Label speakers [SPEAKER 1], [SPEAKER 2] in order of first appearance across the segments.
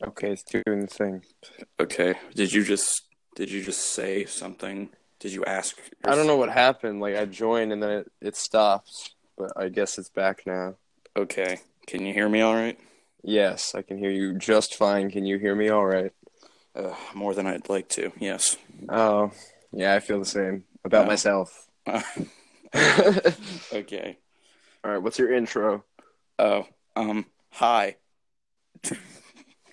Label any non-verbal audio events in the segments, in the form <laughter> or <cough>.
[SPEAKER 1] doing the thing.
[SPEAKER 2] Okay. Did you just did you just say something? Did you ask?
[SPEAKER 1] I don't know what happened. Like I joined and then it, it stopped, but I guess it's back now.
[SPEAKER 2] Okay. Can you hear me all right?
[SPEAKER 1] Yes, I can hear you just fine. Can you hear me all right?
[SPEAKER 2] Uh, more than I'd like to. Yes. <laughs>
[SPEAKER 1] Oh, yeah, I feel the same about
[SPEAKER 2] No.
[SPEAKER 1] myself. <laughs>
[SPEAKER 2] Uh,
[SPEAKER 1] all
[SPEAKER 2] okay.
[SPEAKER 1] right, what's your intro?
[SPEAKER 2] Oh. Um. Hi.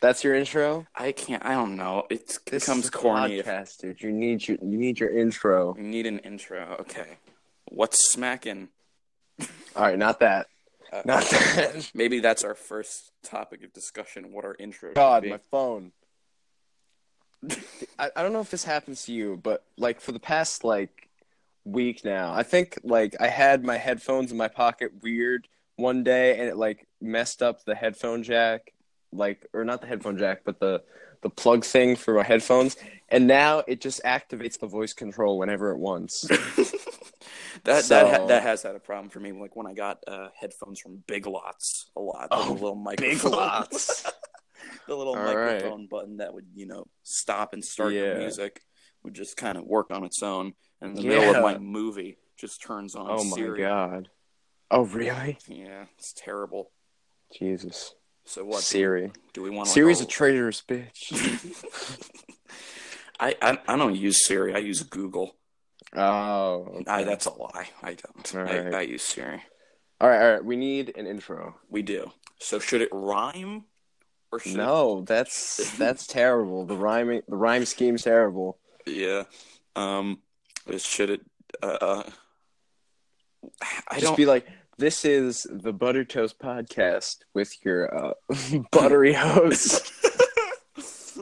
[SPEAKER 1] That's your intro?
[SPEAKER 2] I can't. I don't know. It
[SPEAKER 1] This
[SPEAKER 2] becomes
[SPEAKER 1] is a
[SPEAKER 2] corny. If
[SPEAKER 1] Podcast, dude. You need your you need your intro.
[SPEAKER 2] we need an intro. Okay. What's smacking?
[SPEAKER 1] All right, not that.
[SPEAKER 2] Uh,
[SPEAKER 1] Not <laughs> that.
[SPEAKER 2] Maybe that's our first topic of discussion. What our intro? should
[SPEAKER 1] God,
[SPEAKER 2] be.
[SPEAKER 1] my phone. I, I don't know if this happens to you, but like for the past like week now, I think like I had my headphones in my pocket weird one day and it like messed up the headphone jack, like or not the headphone jack, but the the plug thing for my headphones, and now it just activates the voice control whenever it wants. <laughs>
[SPEAKER 2] that that ha-
[SPEAKER 1] So-
[SPEAKER 2] that has had a problem for me. Like when I got uh, headphones from Big Lots a lot,
[SPEAKER 1] Oh,
[SPEAKER 2] the little microphone,
[SPEAKER 1] <laughs> Big lots.
[SPEAKER 2] the little
[SPEAKER 1] All right.
[SPEAKER 2] microphone button that would you know stop and start
[SPEAKER 1] Yeah.
[SPEAKER 2] your music would just kind of work on its own. And in the
[SPEAKER 1] Yeah.
[SPEAKER 2] middle of my movie, just turns on.
[SPEAKER 1] Oh my
[SPEAKER 2] Siri.
[SPEAKER 1] god. Oh really?
[SPEAKER 2] Yeah, it's terrible.
[SPEAKER 1] Jesus.
[SPEAKER 2] So what?
[SPEAKER 1] Siri.
[SPEAKER 2] Do we want to?
[SPEAKER 1] Siri's a traitorous bitch.
[SPEAKER 2] I, I I don't use Siri. I use Google.
[SPEAKER 1] oh. okay.
[SPEAKER 2] I, that's a lie. I don't.
[SPEAKER 1] All
[SPEAKER 2] I,
[SPEAKER 1] right.
[SPEAKER 2] I use Siri.
[SPEAKER 1] All right, all right. We need an intro.
[SPEAKER 2] We do. So should it rhyme or should
[SPEAKER 1] No,
[SPEAKER 2] <laughs>
[SPEAKER 1] that's that's terrible. The rhyming, the rhyme scheme's terrible.
[SPEAKER 2] It, yeah. Um should it uh, uh I
[SPEAKER 1] Just
[SPEAKER 2] don't
[SPEAKER 1] be like, this is the Butter Toast podcast with your uh, <laughs> buttery
[SPEAKER 2] <laughs>
[SPEAKER 1] host
[SPEAKER 2] This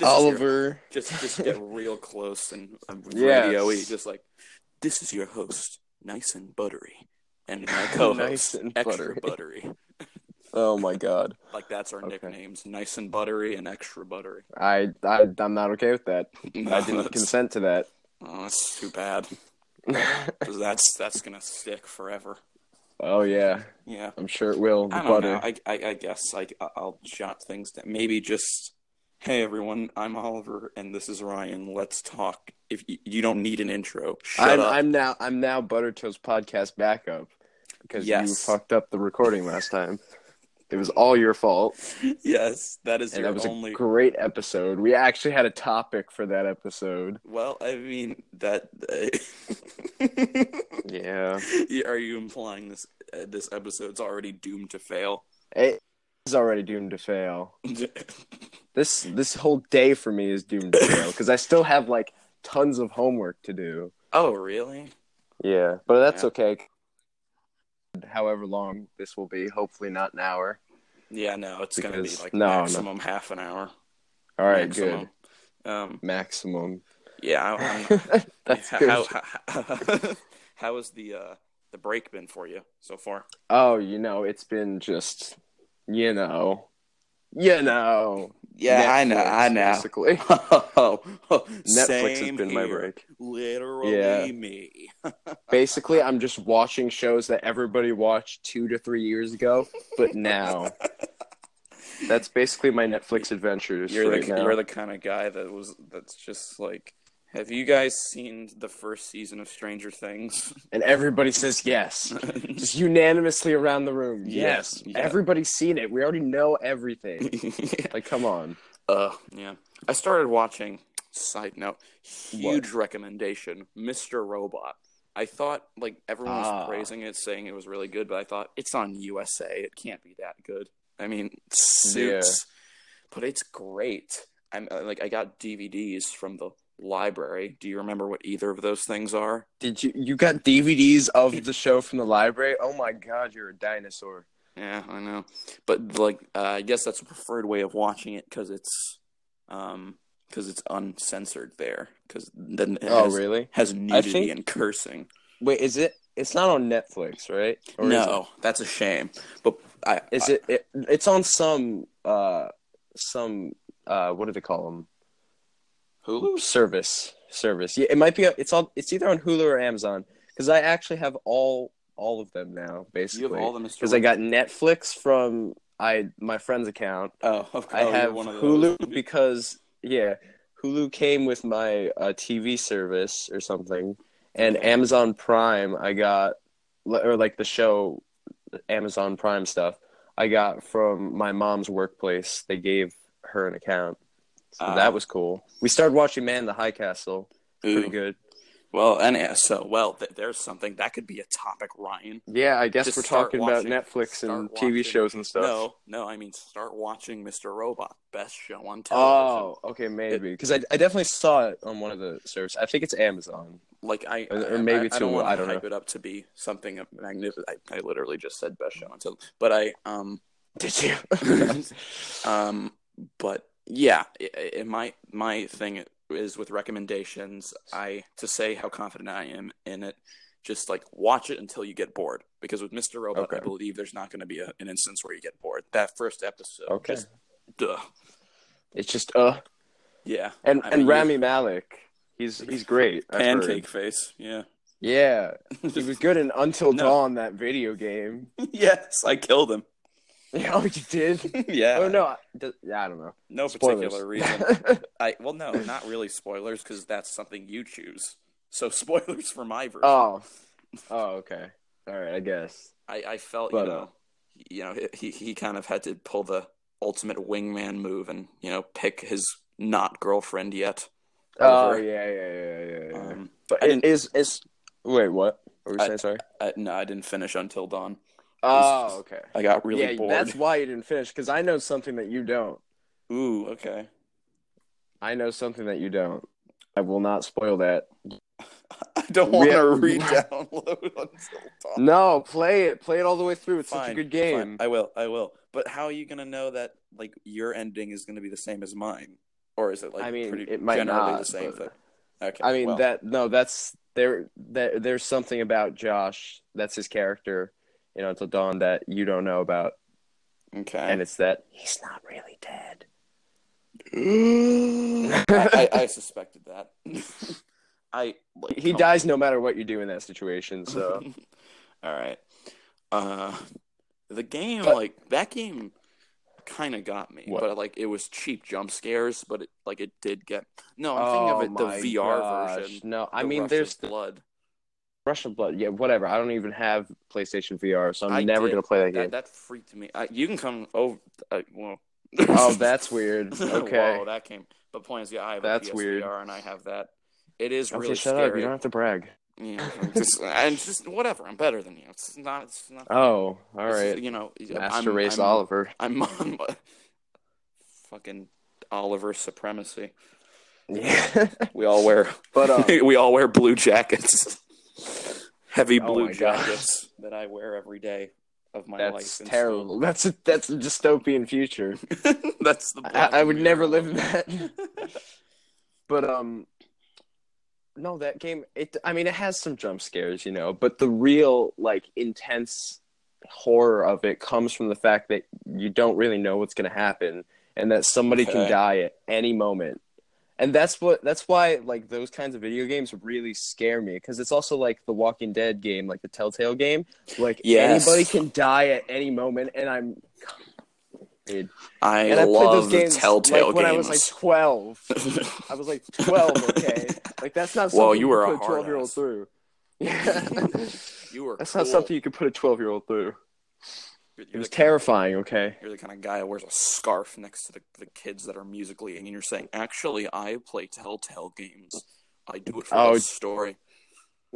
[SPEAKER 2] is your-
[SPEAKER 1] Oliver.
[SPEAKER 2] just just get real close and um,
[SPEAKER 1] Yes.
[SPEAKER 2] radio just like this is your host, nice and buttery. And
[SPEAKER 1] <laughs>
[SPEAKER 2] my co host
[SPEAKER 1] Nice and
[SPEAKER 2] extra
[SPEAKER 1] buttery.
[SPEAKER 2] buttery.
[SPEAKER 1] Oh my god,
[SPEAKER 2] Like that's our
[SPEAKER 1] Okay.
[SPEAKER 2] nicknames. Nice and buttery and extra buttery.
[SPEAKER 1] I, I I'm not okay with that.
[SPEAKER 2] <laughs>
[SPEAKER 1] I
[SPEAKER 2] No,
[SPEAKER 1] didn't
[SPEAKER 2] that's-
[SPEAKER 1] consent to that.
[SPEAKER 2] Oh, that's too bad. 'Cause that's that's gonna stick forever.
[SPEAKER 1] <laughs> oh yeah,
[SPEAKER 2] Yeah.
[SPEAKER 1] I'm sure it will. The
[SPEAKER 2] I don't
[SPEAKER 1] butter.
[SPEAKER 2] know. I, I, I guess I, I'll jot things down. Maybe just, hey everyone, I'm Oliver and this is Ryan. Let's talk. If you, you don't need an intro, shut
[SPEAKER 1] I'm,
[SPEAKER 2] up.
[SPEAKER 1] I'm now I'm now Butter Toast podcast backup because you
[SPEAKER 2] Yes.
[SPEAKER 1] fucked up the recording last time. It was all your fault.
[SPEAKER 2] <laughs> yes, that is
[SPEAKER 1] and
[SPEAKER 2] your
[SPEAKER 1] that was
[SPEAKER 2] only.
[SPEAKER 1] a great episode. We actually had a topic for that episode.
[SPEAKER 2] well, I mean that. uh, <laughs>
[SPEAKER 1] Yeah,
[SPEAKER 2] are you implying this? Uh, this episode's already doomed to fail. <laughs>
[SPEAKER 1] it is already doomed to fail. This this whole day for me is doomed to fail because I still have like tons of homework to do.
[SPEAKER 2] oh, really?
[SPEAKER 1] Yeah, but that's
[SPEAKER 2] Yeah.
[SPEAKER 1] okay. However long this will be, hopefully not an hour.
[SPEAKER 2] Yeah, no, it's gonna be
[SPEAKER 1] Because-
[SPEAKER 2] like
[SPEAKER 1] no, no.
[SPEAKER 2] maximum half an hour.
[SPEAKER 1] All right,
[SPEAKER 2] maximum. good. Um,
[SPEAKER 1] good. Maximum.
[SPEAKER 2] yeah, I, I'm,
[SPEAKER 1] <laughs> that's
[SPEAKER 2] how,
[SPEAKER 1] good.
[SPEAKER 2] How, how, <laughs> how has the uh, the break been for you so far?
[SPEAKER 1] oh, you know, it's been just, you know, you know. Netflix, Basically,
[SPEAKER 2] know.
[SPEAKER 1] <laughs> Netflix has been my break.
[SPEAKER 2] Literally
[SPEAKER 1] Yeah.
[SPEAKER 2] me.
[SPEAKER 1] basically i'm just watching shows that everybody watched two to three years ago but <laughs> now that's basically my netflix adventures
[SPEAKER 2] You're
[SPEAKER 1] right
[SPEAKER 2] the
[SPEAKER 1] now.
[SPEAKER 2] you're the kind of guy that was that's just like. Have you guys seen the first season of
[SPEAKER 1] <laughs>
[SPEAKER 2] Stranger Things? <laughs>
[SPEAKER 1] and everybody says yes just unanimously around the room yes,
[SPEAKER 2] Yes, yeah.
[SPEAKER 1] everybody's seen it we already know everything like come on
[SPEAKER 2] Uh, yeah. I started watching. Side note, huge recommendation, Mr. Robot. I thought like everyone was
[SPEAKER 1] Ah.
[SPEAKER 2] praising it, saying it was really good, but I thought it's on USA. It can't be that good. I mean, suits, but it's great. I'm uh, like I got DVDs from the library. Do you remember what either of those things are?
[SPEAKER 1] did you you got dvds of the show from the library oh my god you're a dinosaur
[SPEAKER 2] Yeah, I know. But like, uh, I guess that's a preferred way of watching it because it's, um, because it's uncensored there. Because then
[SPEAKER 1] Oh,
[SPEAKER 2] it has,
[SPEAKER 1] really
[SPEAKER 2] has nudity
[SPEAKER 1] think-
[SPEAKER 2] and cursing.
[SPEAKER 1] wait is it it's not on netflix right Or is it?
[SPEAKER 2] no, that's a shame. But I,
[SPEAKER 1] Is
[SPEAKER 2] I-
[SPEAKER 1] it, it? It's on some uh some uh what do they call them?
[SPEAKER 2] Hulu?
[SPEAKER 1] Service service. Yeah, it might be. It's on. It's either on Hulu or Amazon because I actually have all all of them now.
[SPEAKER 2] You have
[SPEAKER 1] Basically,
[SPEAKER 2] all the Mr.
[SPEAKER 1] because I got Netflix from I my friend's account.
[SPEAKER 2] Oh, of course.
[SPEAKER 1] I
[SPEAKER 2] Oh, you're
[SPEAKER 1] have
[SPEAKER 2] one of those.
[SPEAKER 1] Hulu because yeah, Hulu came with my uh, TV service or something, and
[SPEAKER 2] Okay.
[SPEAKER 1] Amazon Prime I got or like the show Amazon Prime stuff I got from my mom's workplace. They gave her an account, so
[SPEAKER 2] Ah.
[SPEAKER 1] that was cool. We started watching Man in the High Castle. Pretty
[SPEAKER 2] Ooh.
[SPEAKER 1] good.
[SPEAKER 2] Well, and so well, th- there's something that could be a topic, Ryan.
[SPEAKER 1] Yeah, I guess
[SPEAKER 2] Just
[SPEAKER 1] we're
[SPEAKER 2] start
[SPEAKER 1] talking
[SPEAKER 2] watching-
[SPEAKER 1] about Netflix and
[SPEAKER 2] start watching-
[SPEAKER 1] TV shows and stuff.
[SPEAKER 2] No, no, I mean start watching Mr. Robot, best show on television.
[SPEAKER 1] Oh, okay, maybe because I, I definitely saw it on one of the servers. I think it's Amazon. <laughs>
[SPEAKER 2] like I,
[SPEAKER 1] Or- or
[SPEAKER 2] I-
[SPEAKER 1] maybe
[SPEAKER 2] I,
[SPEAKER 1] two,
[SPEAKER 2] I don't want
[SPEAKER 1] I
[SPEAKER 2] to
[SPEAKER 1] don't know.
[SPEAKER 2] hype it up to be something of magnificent. I, I literally just said best show on television, but I um
[SPEAKER 1] Did you?
[SPEAKER 2] <laughs> um but yeah, i i my my thing is with recommendations. I to say how confident I am in it. Just like watch it until you get bored, because with Mr. Robot, I
[SPEAKER 1] Okay.
[SPEAKER 2] believe there's not going to be a, an instance where you get bored. That first episode,
[SPEAKER 1] Okay.
[SPEAKER 2] just duh,
[SPEAKER 1] it's just uh,
[SPEAKER 2] yeah,
[SPEAKER 1] and
[SPEAKER 2] I
[SPEAKER 1] and
[SPEAKER 2] mean,
[SPEAKER 1] Rami Malik, he's he's great. I've heard.
[SPEAKER 2] pancake face, yeah, <laughs>
[SPEAKER 1] Yeah, he was good in Until
[SPEAKER 2] No.
[SPEAKER 1] Dawn, that video game. <laughs>
[SPEAKER 2] yes, I killed him. <laughs>
[SPEAKER 1] oh, you did?
[SPEAKER 2] yeah,
[SPEAKER 1] Oh no, I, d- I don't know.
[SPEAKER 2] no
[SPEAKER 1] Spoilers.
[SPEAKER 2] particular reason.
[SPEAKER 1] <laughs>
[SPEAKER 2] I well, no, not really spoilers because that's something you choose. So <laughs> spoilers for my version.
[SPEAKER 1] oh, oh, okay. All right, I guess.
[SPEAKER 2] I, I felt
[SPEAKER 1] But,
[SPEAKER 2] you know,
[SPEAKER 1] uh,
[SPEAKER 2] you know, he he kind of had to pull the ultimate wingman move and you know pick his not girlfriend yet.
[SPEAKER 1] Oh
[SPEAKER 2] Over.
[SPEAKER 1] yeah, yeah, yeah, yeah. yeah.
[SPEAKER 2] Um,
[SPEAKER 1] but
[SPEAKER 2] I
[SPEAKER 1] it
[SPEAKER 2] didn't-
[SPEAKER 1] is it's. Wait, what? What were you
[SPEAKER 2] I-
[SPEAKER 1] saying? Sorry.
[SPEAKER 2] uh, no, I didn't finish until dawn.
[SPEAKER 1] Oh, okay.
[SPEAKER 2] I got really
[SPEAKER 1] yeah,
[SPEAKER 2] bored.
[SPEAKER 1] that's why you didn't finish because I know something that you don't.
[SPEAKER 2] <laughs> Ooh, okay. <laughs>
[SPEAKER 1] I know something that you don't. I will not spoil that.
[SPEAKER 2] I don't
[SPEAKER 1] We
[SPEAKER 2] want to
[SPEAKER 1] have- <laughs>
[SPEAKER 2] re-download until dawn.
[SPEAKER 1] No, play it. Play it all the way through. It's such a
[SPEAKER 2] Fine,
[SPEAKER 1] good
[SPEAKER 2] fine.
[SPEAKER 1] game.
[SPEAKER 2] I will. I will. But how are you gonna know that like your ending is gonna be the same as mine, or is it like
[SPEAKER 1] I mean,
[SPEAKER 2] pretty
[SPEAKER 1] it might
[SPEAKER 2] generally
[SPEAKER 1] not,
[SPEAKER 2] the same
[SPEAKER 1] but-
[SPEAKER 2] thing? Okay.
[SPEAKER 1] I mean
[SPEAKER 2] well,
[SPEAKER 1] that. No, that's there. That there's something about Josh. That's his character. You know, until dawn that you don't know about, and
[SPEAKER 2] Okay.
[SPEAKER 1] it's that he's not really dead.
[SPEAKER 2] <gasps>
[SPEAKER 1] <laughs>
[SPEAKER 2] I,
[SPEAKER 1] <laughs>
[SPEAKER 2] I, I suspected that. <laughs> I like,
[SPEAKER 1] He
[SPEAKER 2] come-
[SPEAKER 1] dies no matter what you do in that situation.
[SPEAKER 2] <laughs>
[SPEAKER 1] So
[SPEAKER 2] All right. Uh, the game
[SPEAKER 1] But-
[SPEAKER 2] like that game kind of got me,
[SPEAKER 1] What?
[SPEAKER 2] but like it was cheap jump scares, but it, like it did get. No, I'm thinking
[SPEAKER 1] Oh
[SPEAKER 2] of
[SPEAKER 1] my
[SPEAKER 2] it the VR
[SPEAKER 1] gosh.
[SPEAKER 2] version.
[SPEAKER 1] No, I
[SPEAKER 2] the
[SPEAKER 1] mean
[SPEAKER 2] Rush of
[SPEAKER 1] there's the
[SPEAKER 2] blood.
[SPEAKER 1] Russian blood. Yeah, whatever. I don't even have PlayStation VR, so I'm
[SPEAKER 2] I
[SPEAKER 1] never
[SPEAKER 2] did.
[SPEAKER 1] gonna play that game.
[SPEAKER 2] That, that freaked me. I, you can come over. Uh, well. <laughs>
[SPEAKER 1] Oh, that's weird. Okay.
[SPEAKER 2] Whoa, that came. But point is, yeah, I have
[SPEAKER 1] That's
[SPEAKER 2] a PSVR
[SPEAKER 1] weird.
[SPEAKER 2] and I have that. It is
[SPEAKER 1] okay,
[SPEAKER 2] really
[SPEAKER 1] shut up. You
[SPEAKER 2] scary.
[SPEAKER 1] don't have to brag.
[SPEAKER 2] Yeah, I'm just, and just whatever. I'm better than you. It's not. It's not.
[SPEAKER 1] Oh, all
[SPEAKER 2] it's-
[SPEAKER 1] right.
[SPEAKER 2] You know,
[SPEAKER 1] Master
[SPEAKER 2] I'm,
[SPEAKER 1] Race
[SPEAKER 2] I'm,
[SPEAKER 1] Oliver. <laughs>
[SPEAKER 2] I'm <laughs> on my- fucking Oliver supremacy.
[SPEAKER 1] Yeah.
[SPEAKER 2] We all wear.
[SPEAKER 1] <laughs> but um,
[SPEAKER 2] <laughs> we all wear blue jackets. Heavy
[SPEAKER 1] Oh
[SPEAKER 2] blue
[SPEAKER 1] my gosh.
[SPEAKER 2] jackets that I wear every day of my life.
[SPEAKER 1] that's
[SPEAKER 2] in school.
[SPEAKER 1] terrible. That's a, that's a dystopian future.
[SPEAKER 2] <laughs> That's the. Black
[SPEAKER 1] I, I would
[SPEAKER 2] Mirror
[SPEAKER 1] never
[SPEAKER 2] one.
[SPEAKER 1] live in <laughs> that. but um, no, that game. It. I mean, it has some jump scares, you know, but the real like intense horror of it comes from the fact that you don't really know what's going to happen and that somebody can
[SPEAKER 2] Okay.
[SPEAKER 1] die at any moment. And that's what that's why like those kinds of video games really scare me because it's also like the Walking Dead game, like the Telltale game, like
[SPEAKER 2] Yes.
[SPEAKER 1] anybody can die at any moment and I'm
[SPEAKER 2] <laughs> I
[SPEAKER 1] and I played
[SPEAKER 2] love
[SPEAKER 1] those games
[SPEAKER 2] the Telltale
[SPEAKER 1] like when
[SPEAKER 2] games.
[SPEAKER 1] I was like 12. I was like 12,
[SPEAKER 2] <laughs>
[SPEAKER 1] okay? like that's not something
[SPEAKER 2] Whoa, you were a
[SPEAKER 1] could put
[SPEAKER 2] hard
[SPEAKER 1] 12-year-old
[SPEAKER 2] ass.
[SPEAKER 1] through. <laughs>
[SPEAKER 2] <laughs>
[SPEAKER 1] Yeah.
[SPEAKER 2] <laughs> you were.
[SPEAKER 1] That's
[SPEAKER 2] cool.
[SPEAKER 1] not something you could put a 12 year old through.
[SPEAKER 2] You're-
[SPEAKER 1] It
[SPEAKER 2] you're
[SPEAKER 1] was
[SPEAKER 2] the kind of-
[SPEAKER 1] terrifying, okay?
[SPEAKER 2] You're the kind of guy who wears a scarf next to the, the kids that are musically, and you're saying, "Actually, I play Telltale games. I do it for
[SPEAKER 1] Oh.
[SPEAKER 2] the story."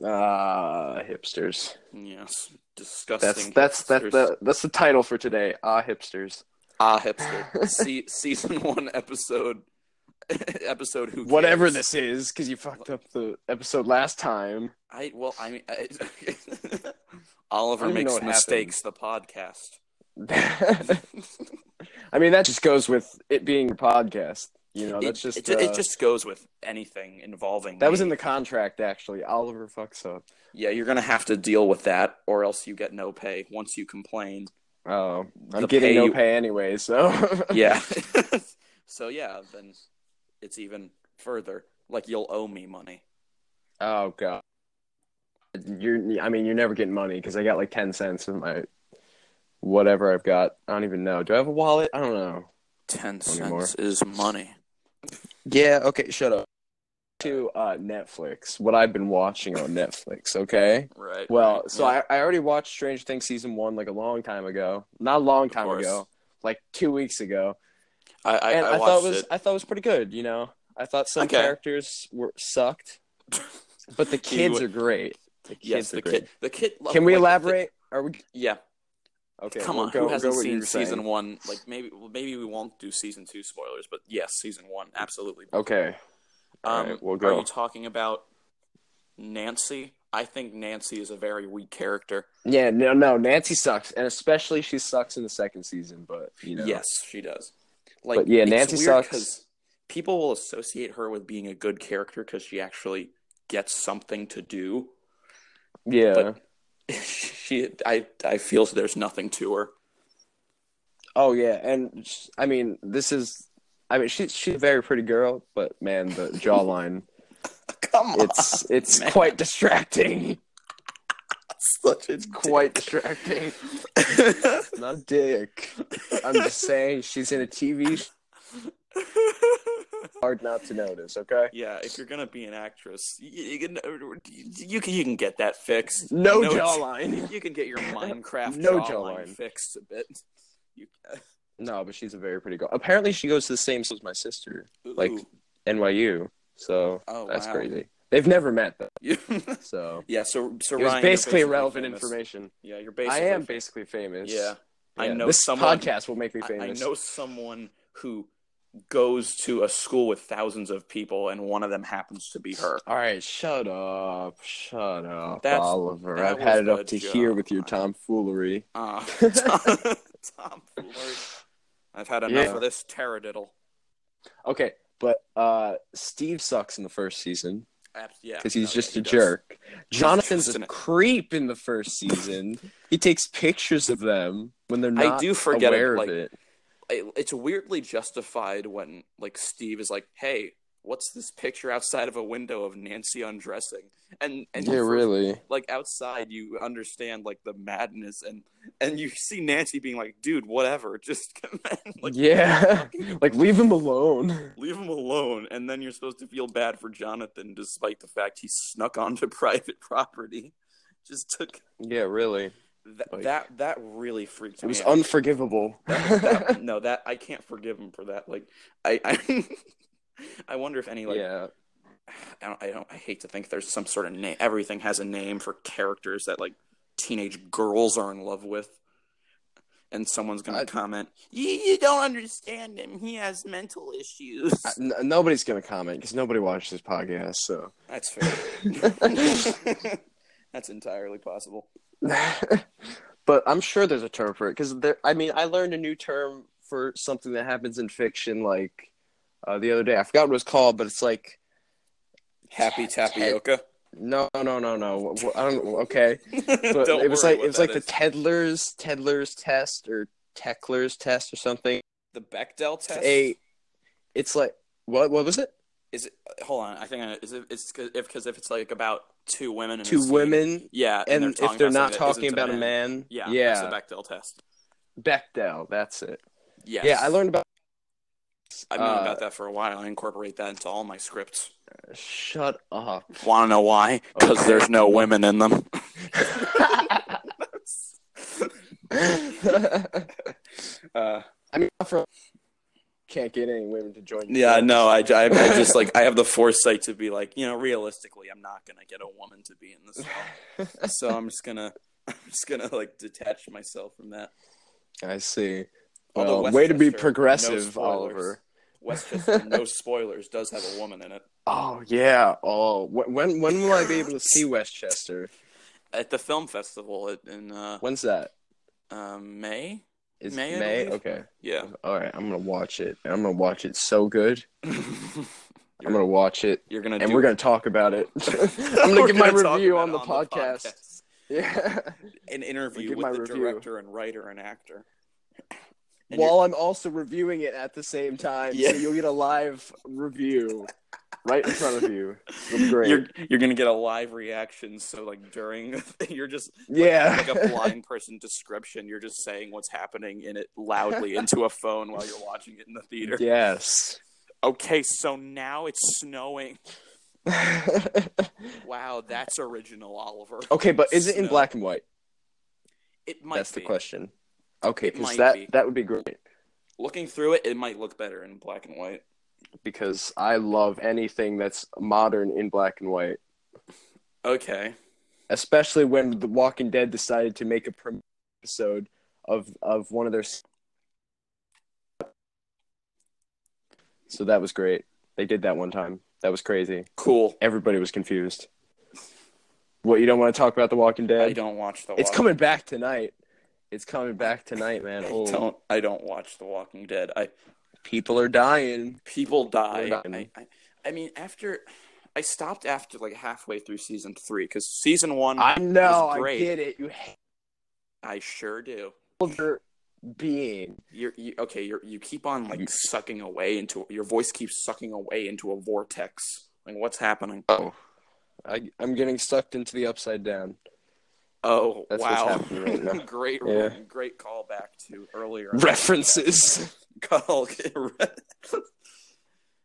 [SPEAKER 1] Ah, hipsters.
[SPEAKER 2] Yes, disgusting.
[SPEAKER 1] That's that's that's
[SPEAKER 2] hipsters.
[SPEAKER 1] the that's the title for today. Ah, hipsters. <laughs>
[SPEAKER 2] ah hipster. See, season one episode <laughs> episode who cares?
[SPEAKER 1] Whatever this is, because you fucked up the episode last time. <laughs>
[SPEAKER 2] I well, I mean, I, <laughs>
[SPEAKER 1] I
[SPEAKER 2] Oliver
[SPEAKER 1] don't even know
[SPEAKER 2] makes
[SPEAKER 1] what <laughs>
[SPEAKER 2] mistakes. The
[SPEAKER 1] I
[SPEAKER 2] podcast.
[SPEAKER 1] mean, that just goes with it being a podcast. You know, that's
[SPEAKER 2] it,
[SPEAKER 1] just,
[SPEAKER 2] it, ju-
[SPEAKER 1] uh,
[SPEAKER 2] it just goes with anything involving
[SPEAKER 1] that was
[SPEAKER 2] me.
[SPEAKER 1] in the contract actually. Oliver fucks up.
[SPEAKER 2] yeah you're gonna have to deal with that or else you get no pay once you
[SPEAKER 1] <laughs>
[SPEAKER 2] complain
[SPEAKER 1] Oh, I'm
[SPEAKER 2] The
[SPEAKER 1] getting
[SPEAKER 2] pay
[SPEAKER 1] no
[SPEAKER 2] you-
[SPEAKER 1] pay anyway, so <laughs>
[SPEAKER 2] yeah <laughs> so yeah then it's even further like you'll owe me money
[SPEAKER 1] Oh god. You're I mean, you're never getting money because I got like ten cents in my whatever I've got. I don't even know. Do I have a wallet? I don't know.
[SPEAKER 2] Ten
[SPEAKER 1] Twenty
[SPEAKER 2] cents
[SPEAKER 1] more.
[SPEAKER 2] is money.
[SPEAKER 1] Yeah, okay, shut up. To uh, Netflix, what I've been watching on Netflix, okay?
[SPEAKER 2] Right.
[SPEAKER 1] Well, so I, I already watched Stranger Things season one like a long time ago. Not a long time
[SPEAKER 2] course.
[SPEAKER 1] ago, like two weeks ago.
[SPEAKER 2] I I,
[SPEAKER 1] and I,
[SPEAKER 2] I watched
[SPEAKER 1] thought it was
[SPEAKER 2] it.
[SPEAKER 1] I thought it was pretty good. You know, I thought some
[SPEAKER 2] Okay.
[SPEAKER 1] characters were sucked,
[SPEAKER 2] <laughs>
[SPEAKER 1] but the kids
[SPEAKER 2] wa-
[SPEAKER 1] are great. The kids
[SPEAKER 2] yes, the
[SPEAKER 1] are great.
[SPEAKER 2] kid. The kid. loved-
[SPEAKER 1] Can we
[SPEAKER 2] like, the-
[SPEAKER 1] elaborate? Are we
[SPEAKER 2] yeah.
[SPEAKER 1] okay?
[SPEAKER 2] Come
[SPEAKER 1] we'll
[SPEAKER 2] on.
[SPEAKER 1] go-
[SPEAKER 2] who hasn't
[SPEAKER 1] go what
[SPEAKER 2] seen
[SPEAKER 1] you're saying.
[SPEAKER 2] season one? Like maybe well, maybe we won't do season two spoilers, but yes, season one absolutely.
[SPEAKER 1] Okay.
[SPEAKER 2] Um,
[SPEAKER 1] Alright, we'll
[SPEAKER 2] Are
[SPEAKER 1] go.
[SPEAKER 2] you talking about Nancy? I think Nancy is a very weak character.
[SPEAKER 1] Yeah, no, no. Nancy sucks, and especially she sucks in the second season. But you know,
[SPEAKER 2] Yes, she does. Like,
[SPEAKER 1] But yeah,
[SPEAKER 2] it's
[SPEAKER 1] Nancy
[SPEAKER 2] weird
[SPEAKER 1] sucks.
[SPEAKER 2] 'cause People will associate her with being a good character because she actually gets something to do. <laughs>
[SPEAKER 1] yeah.
[SPEAKER 2] But- she, I, I feel there's nothing to her.
[SPEAKER 1] oh yeah, and sh- I mean, this is. I mean, she's she's a very pretty girl, but man, the
[SPEAKER 2] <laughs>
[SPEAKER 1] jawline
[SPEAKER 2] Come
[SPEAKER 1] it's it's
[SPEAKER 2] Man.
[SPEAKER 1] quite distracting.
[SPEAKER 2] such <laughs> it's
[SPEAKER 1] Quite distracting. <laughs> Not a dick. I'm just saying she's in a TV. sh- Hard not to notice. Okay. <laughs>
[SPEAKER 2] yeah, if you're gonna be an actress, you, you can you can you can get that fixed.
[SPEAKER 1] No,
[SPEAKER 2] No
[SPEAKER 1] jawline.
[SPEAKER 2] You can get your Minecraft
[SPEAKER 1] No
[SPEAKER 2] jawline,
[SPEAKER 1] jawline.
[SPEAKER 2] fixed a bit. You,
[SPEAKER 1] <laughs> No, but she's a very pretty girl. Apparently, she goes to the same school as my sister, Like-
[SPEAKER 2] Ooh.
[SPEAKER 1] NYU. So
[SPEAKER 2] oh,
[SPEAKER 1] that's
[SPEAKER 2] wow.
[SPEAKER 1] crazy. They've never met though.
[SPEAKER 2] You- <laughs>
[SPEAKER 1] So
[SPEAKER 2] Yeah, so so
[SPEAKER 1] it was
[SPEAKER 2] Ryan, you're
[SPEAKER 1] basically irrelevant
[SPEAKER 2] famous.
[SPEAKER 1] information.
[SPEAKER 2] Yeah, you're basically.
[SPEAKER 1] I am basically famous.
[SPEAKER 2] Yeah, I
[SPEAKER 1] Yeah.
[SPEAKER 2] know
[SPEAKER 1] this
[SPEAKER 2] someone.
[SPEAKER 1] podcast will make me
[SPEAKER 2] I, I
[SPEAKER 1] famous.
[SPEAKER 2] know someone who goes to a school with thousands of people, and one of them happens to be her.
[SPEAKER 1] All right, shut up, shut up,
[SPEAKER 2] That's-
[SPEAKER 1] Oliver.
[SPEAKER 2] that
[SPEAKER 1] I've had it
[SPEAKER 2] was
[SPEAKER 1] up to
[SPEAKER 2] a
[SPEAKER 1] here with your
[SPEAKER 2] joke.
[SPEAKER 1] tomfoolery.
[SPEAKER 2] Uh, <laughs> Tom, Tom Fuller. I've had
[SPEAKER 1] <laughs>
[SPEAKER 2] enough
[SPEAKER 1] Yeah.
[SPEAKER 2] of this taradiddle.
[SPEAKER 1] Okay, but uh, Steve sucks in the first season
[SPEAKER 2] Abs- yeah,
[SPEAKER 1] because he's
[SPEAKER 2] no,
[SPEAKER 1] just
[SPEAKER 2] Oh, yeah,
[SPEAKER 1] a
[SPEAKER 2] he does.
[SPEAKER 1] jerk. Jonathan's
[SPEAKER 2] just
[SPEAKER 1] a
[SPEAKER 2] an-
[SPEAKER 1] creep in the first season. he takes pictures of them when they're
[SPEAKER 2] I
[SPEAKER 1] not
[SPEAKER 2] do forget it,
[SPEAKER 1] aware
[SPEAKER 2] like-
[SPEAKER 1] of it.
[SPEAKER 2] I- It's weirdly justified when like Steve is like, "Hey, what's this picture outside of a window of Nancy undressing?" And and you for-
[SPEAKER 1] really.
[SPEAKER 2] like outside you understand like the madness and and you see Nancy being like, dude, whatever, just <laughs> come in. like
[SPEAKER 1] yeah, <laughs> like leave him alone.
[SPEAKER 2] leave him alone. And then you're supposed to feel bad for Jonathan despite the fact he snuck onto <laughs> private property. Just took
[SPEAKER 1] Yeah, really.
[SPEAKER 2] that
[SPEAKER 1] Like-
[SPEAKER 2] that that really freaked
[SPEAKER 1] It was
[SPEAKER 2] me out.
[SPEAKER 1] unforgivable.
[SPEAKER 2] That- no, that I can't forgive him for that. Like I I, <laughs> I wonder if any like
[SPEAKER 1] yeah.
[SPEAKER 2] I don't, I don't. I hate to think there's some sort of name. Everything has a name for characters that like teenage girls are in love with, and someone's gonna
[SPEAKER 1] I-
[SPEAKER 2] comment, you, "You don't understand him. He has mental issues."
[SPEAKER 1] I- n- nobody's gonna comment because nobody watches this podcast. So
[SPEAKER 2] <laughs>
[SPEAKER 1] <laughs>
[SPEAKER 2] That's fair. <laughs> That's entirely possible.
[SPEAKER 1] but I'm sure there's a term for it because there. I mean, I learned a new term for something that happens in fiction, like uh, the other day. I forgot what it was called, but it's like
[SPEAKER 2] Happy tapioca. <laughs>
[SPEAKER 1] no, no, no, no. Wh- wh- I don't. Okay, but
[SPEAKER 2] Don't
[SPEAKER 1] it was
[SPEAKER 2] worry
[SPEAKER 1] like
[SPEAKER 2] what
[SPEAKER 1] it was like
[SPEAKER 2] that
[SPEAKER 1] the Tedler's
[SPEAKER 2] is.
[SPEAKER 1] Tedler's test or Teckler's test or something.
[SPEAKER 2] the Bechdel
[SPEAKER 1] It's
[SPEAKER 2] test.
[SPEAKER 1] a, it's like what? What was it?
[SPEAKER 2] Is it? Hold on. I think I, is it, it's because if, 'cause if it's like about two women and a
[SPEAKER 1] Two
[SPEAKER 2] scene-
[SPEAKER 1] women,
[SPEAKER 2] Yeah,
[SPEAKER 1] and,
[SPEAKER 2] talking
[SPEAKER 1] if they're
[SPEAKER 2] about
[SPEAKER 1] not
[SPEAKER 2] something that
[SPEAKER 1] talking
[SPEAKER 2] isn't
[SPEAKER 1] about a man,
[SPEAKER 2] Yeah,
[SPEAKER 1] yeah,
[SPEAKER 2] That's the Bechdel test.
[SPEAKER 1] Bechdel. That's it.
[SPEAKER 2] Yes.
[SPEAKER 1] Yeah, I learned about.
[SPEAKER 2] I've known
[SPEAKER 1] uh,
[SPEAKER 2] about that for a while. I incorporate that into all my scripts.
[SPEAKER 1] Shut up. <laughs>
[SPEAKER 2] <laughs> Want to know why? Because
[SPEAKER 1] Okay.
[SPEAKER 2] there's no women in them. uh,
[SPEAKER 1] I mean, for, can't get any women to join.
[SPEAKER 2] <laughs> yeah, no, I, I, I just like I have the foresight to be like, you know, realistically, I'm not gonna get a woman to be in
[SPEAKER 1] <laughs>
[SPEAKER 2] this film, so I'm just gonna, <laughs> I'm just gonna like detach myself from that.
[SPEAKER 1] I see.
[SPEAKER 2] Although
[SPEAKER 1] Well, Uh, way to be
[SPEAKER 2] Westchester, no
[SPEAKER 1] progressive,
[SPEAKER 2] spoilers.
[SPEAKER 1] Oliver.
[SPEAKER 2] <laughs> Westchester, no spoilers, does have a woman in it.
[SPEAKER 1] Oh yeah. Oh, wh- when when will I be able to see Westchester?
[SPEAKER 2] At the film festival in- in uh,
[SPEAKER 1] When's that?
[SPEAKER 2] uh, May.
[SPEAKER 1] Is
[SPEAKER 2] May, I
[SPEAKER 1] May?
[SPEAKER 2] believe.
[SPEAKER 1] Okay.
[SPEAKER 2] Yeah. <laughs>
[SPEAKER 1] All right. I'm gonna watch it. and I'm gonna watch it so good. I'm gonna watch it,
[SPEAKER 2] You're gonna
[SPEAKER 1] and
[SPEAKER 2] do
[SPEAKER 1] we're
[SPEAKER 2] <laughs>
[SPEAKER 1] gonna <laughs> talk about it. I'm gonna
[SPEAKER 2] We're
[SPEAKER 1] give my
[SPEAKER 2] gonna talk
[SPEAKER 1] review on
[SPEAKER 2] about it
[SPEAKER 1] the podcast. <laughs> Yeah.
[SPEAKER 2] An
[SPEAKER 1] We'll
[SPEAKER 2] interview
[SPEAKER 1] give
[SPEAKER 2] with
[SPEAKER 1] my
[SPEAKER 2] the
[SPEAKER 1] review.
[SPEAKER 2] director and writer
[SPEAKER 1] <laughs>
[SPEAKER 2] and actor. And
[SPEAKER 1] While I'm also reviewing it at the same time,
[SPEAKER 2] Yeah.
[SPEAKER 1] so you'll get a live review right in front of you. It's great.
[SPEAKER 2] You're you're gonna get a live reaction. So like during <laughs> you're just
[SPEAKER 1] yeah.
[SPEAKER 2] like
[SPEAKER 1] <laughs>
[SPEAKER 2] a blind person description. You're just saying what's happening in it loudly into a phone while you're watching it in the theater. <laughs>
[SPEAKER 1] yes.
[SPEAKER 2] Okay, so now it's snowing. Wow, that's original, Oliver.
[SPEAKER 1] okay, but is it in
[SPEAKER 2] Snow.
[SPEAKER 1] black and white?
[SPEAKER 2] It might
[SPEAKER 1] Oh, That's
[SPEAKER 2] be.
[SPEAKER 1] the question. Okay,
[SPEAKER 2] It
[SPEAKER 1] because
[SPEAKER 2] might
[SPEAKER 1] that
[SPEAKER 2] be.
[SPEAKER 1] that would be great.
[SPEAKER 2] Looking through it, it might look better in black and white.
[SPEAKER 1] Because I love anything that's modern in black and white,
[SPEAKER 2] Okay.
[SPEAKER 1] especially when The Walking Dead decided to make a premiere episode of of one of their. s- So that was great. They did that one time. That was crazy.
[SPEAKER 2] Cool.
[SPEAKER 1] Everybody was confused. What you don't want to talk about The Walking Dead?
[SPEAKER 2] I don't watch the.
[SPEAKER 1] It's
[SPEAKER 2] Walking
[SPEAKER 1] coming back tonight. It's coming back tonight, man.
[SPEAKER 2] I
[SPEAKER 1] Oh,
[SPEAKER 2] don't. I don't watch The Walking Dead. I
[SPEAKER 1] people are dying.
[SPEAKER 2] people die.
[SPEAKER 1] We're not-
[SPEAKER 2] I, I, I mean, after I stopped after like halfway through season three because season one, I,
[SPEAKER 1] I know.
[SPEAKER 2] was
[SPEAKER 1] I
[SPEAKER 2] great.
[SPEAKER 1] get it. You hate
[SPEAKER 2] sure do.
[SPEAKER 1] your being.
[SPEAKER 2] You're you, okay. You you keep on like sucking away into your voice keeps sucking away into a vortex. Like what's happening?
[SPEAKER 1] Oh, I, I'm getting sucked into the upside down.
[SPEAKER 2] Oh
[SPEAKER 1] That's what's
[SPEAKER 2] wow!
[SPEAKER 1] happening right now.
[SPEAKER 2] <laughs> great,
[SPEAKER 1] Yeah.
[SPEAKER 2] great callback to earlier
[SPEAKER 1] References.
[SPEAKER 2] <laughs> Call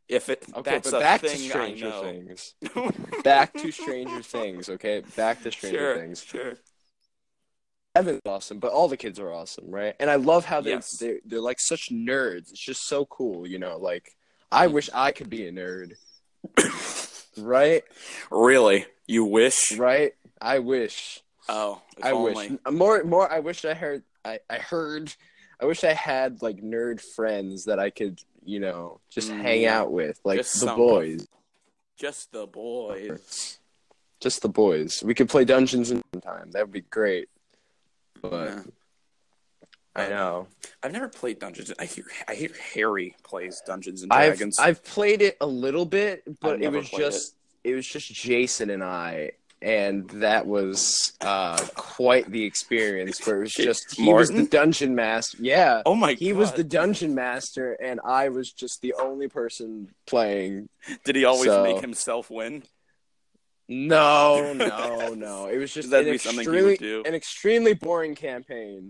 [SPEAKER 2] if it
[SPEAKER 1] Okay,
[SPEAKER 2] that's
[SPEAKER 1] but
[SPEAKER 2] a
[SPEAKER 1] back to
[SPEAKER 2] thing I
[SPEAKER 1] Stranger
[SPEAKER 2] <laughs> know.
[SPEAKER 1] Things. Back to Stranger Things. Okay, back to Stranger
[SPEAKER 2] sure,
[SPEAKER 1] Things.
[SPEAKER 2] Sure.
[SPEAKER 1] Evan's awesome, but all the kids are awesome, right? And I love how they
[SPEAKER 2] Yes.
[SPEAKER 1] they they're like such nerds. It's just so cool, you know. Like I
[SPEAKER 2] Mm-hmm.
[SPEAKER 1] wish I could be a nerd, right?
[SPEAKER 2] Really, you wish?
[SPEAKER 1] Right? I wish.
[SPEAKER 2] Oh, if
[SPEAKER 1] I
[SPEAKER 2] only.
[SPEAKER 1] wish more more I wish I heard I, I heard I wish I had like nerd friends that I could, you know, just
[SPEAKER 2] Mm.
[SPEAKER 1] hang out with. Like
[SPEAKER 2] Just
[SPEAKER 1] the
[SPEAKER 2] some-
[SPEAKER 1] boys.
[SPEAKER 2] Just the boys.
[SPEAKER 1] Just the boys. We could play Dungeons and sometime. That would be great. But
[SPEAKER 2] Yeah.
[SPEAKER 1] I know.
[SPEAKER 2] I've never played Dungeons. I hear I hear Harry plays Dungeons and
[SPEAKER 1] I've
[SPEAKER 2] Dragons.
[SPEAKER 1] I've played it a little bit, but
[SPEAKER 2] I've
[SPEAKER 1] it
[SPEAKER 2] never
[SPEAKER 1] was
[SPEAKER 2] played
[SPEAKER 1] just it. was just Jason and I and that was uh quite the experience where it was just he was the
[SPEAKER 2] Martin?
[SPEAKER 1] dungeon master. Yeah.
[SPEAKER 2] oh my!
[SPEAKER 1] He
[SPEAKER 2] God.
[SPEAKER 1] was the dungeon master, and I was just the only person playing.
[SPEAKER 2] Did he always
[SPEAKER 1] so-
[SPEAKER 2] make himself win?
[SPEAKER 1] No, no, no. <laughs> It was just
[SPEAKER 2] That'd
[SPEAKER 1] an
[SPEAKER 2] be something he
[SPEAKER 1] extremely,
[SPEAKER 2] would do.
[SPEAKER 1] an extremely boring campaign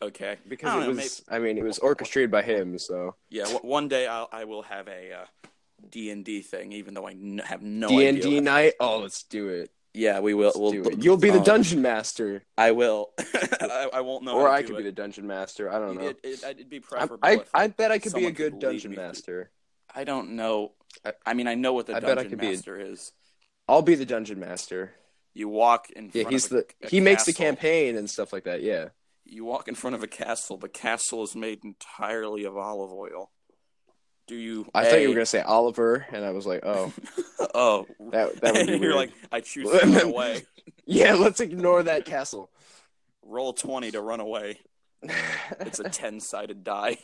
[SPEAKER 2] Okay. I
[SPEAKER 1] because
[SPEAKER 2] don't
[SPEAKER 1] it
[SPEAKER 2] know,
[SPEAKER 1] was. I mean, it was orchestrated by him. So
[SPEAKER 2] Yeah, w- one day I'll, I will have a uh, D and D thing, even though I n- have no
[SPEAKER 1] D
[SPEAKER 2] idea.
[SPEAKER 1] and D
[SPEAKER 2] what-
[SPEAKER 1] night. Oh, let's do it.
[SPEAKER 2] Yeah, we will.
[SPEAKER 1] Let's
[SPEAKER 2] We'll,
[SPEAKER 1] do it. You'll be the
[SPEAKER 2] um,
[SPEAKER 1] dungeon master,
[SPEAKER 2] I will. <laughs> I, I won't know.
[SPEAKER 1] or
[SPEAKER 2] how to
[SPEAKER 1] I
[SPEAKER 2] do
[SPEAKER 1] could be
[SPEAKER 2] it.
[SPEAKER 1] the dungeon master. I don't know.
[SPEAKER 2] It, it, it'd be
[SPEAKER 1] I,
[SPEAKER 2] preferable.
[SPEAKER 1] I,
[SPEAKER 2] if-
[SPEAKER 1] I bet I could be a
[SPEAKER 2] someone
[SPEAKER 1] good
[SPEAKER 2] could lead
[SPEAKER 1] dungeon
[SPEAKER 2] me through.
[SPEAKER 1] master.
[SPEAKER 2] I don't know.
[SPEAKER 1] I-
[SPEAKER 2] I, mean, I know what the
[SPEAKER 1] I bet I
[SPEAKER 2] dungeon
[SPEAKER 1] could be a-
[SPEAKER 2] master is.
[SPEAKER 1] I'll be the dungeon master.
[SPEAKER 2] You walk in.
[SPEAKER 1] Yeah,
[SPEAKER 2] front
[SPEAKER 1] he's
[SPEAKER 2] of
[SPEAKER 1] the
[SPEAKER 2] a- a
[SPEAKER 1] he makes the
[SPEAKER 2] castle.
[SPEAKER 1] campaign and stuff like that. Yeah.
[SPEAKER 2] You walk in front of a castle. The castle is made entirely of olive oil. Do you?
[SPEAKER 1] I thought you were gonna say Oliver, and I was like, oh,
[SPEAKER 2] gonna. Oh,
[SPEAKER 1] <laughs> that that would be
[SPEAKER 2] <laughs> you're
[SPEAKER 1] weird.
[SPEAKER 2] like I choose to run away.
[SPEAKER 1] Yeah, let's ignore that castle. <laughs>
[SPEAKER 2] Roll twenty to run away.
[SPEAKER 1] <laughs>
[SPEAKER 2] It's a ten-sided die.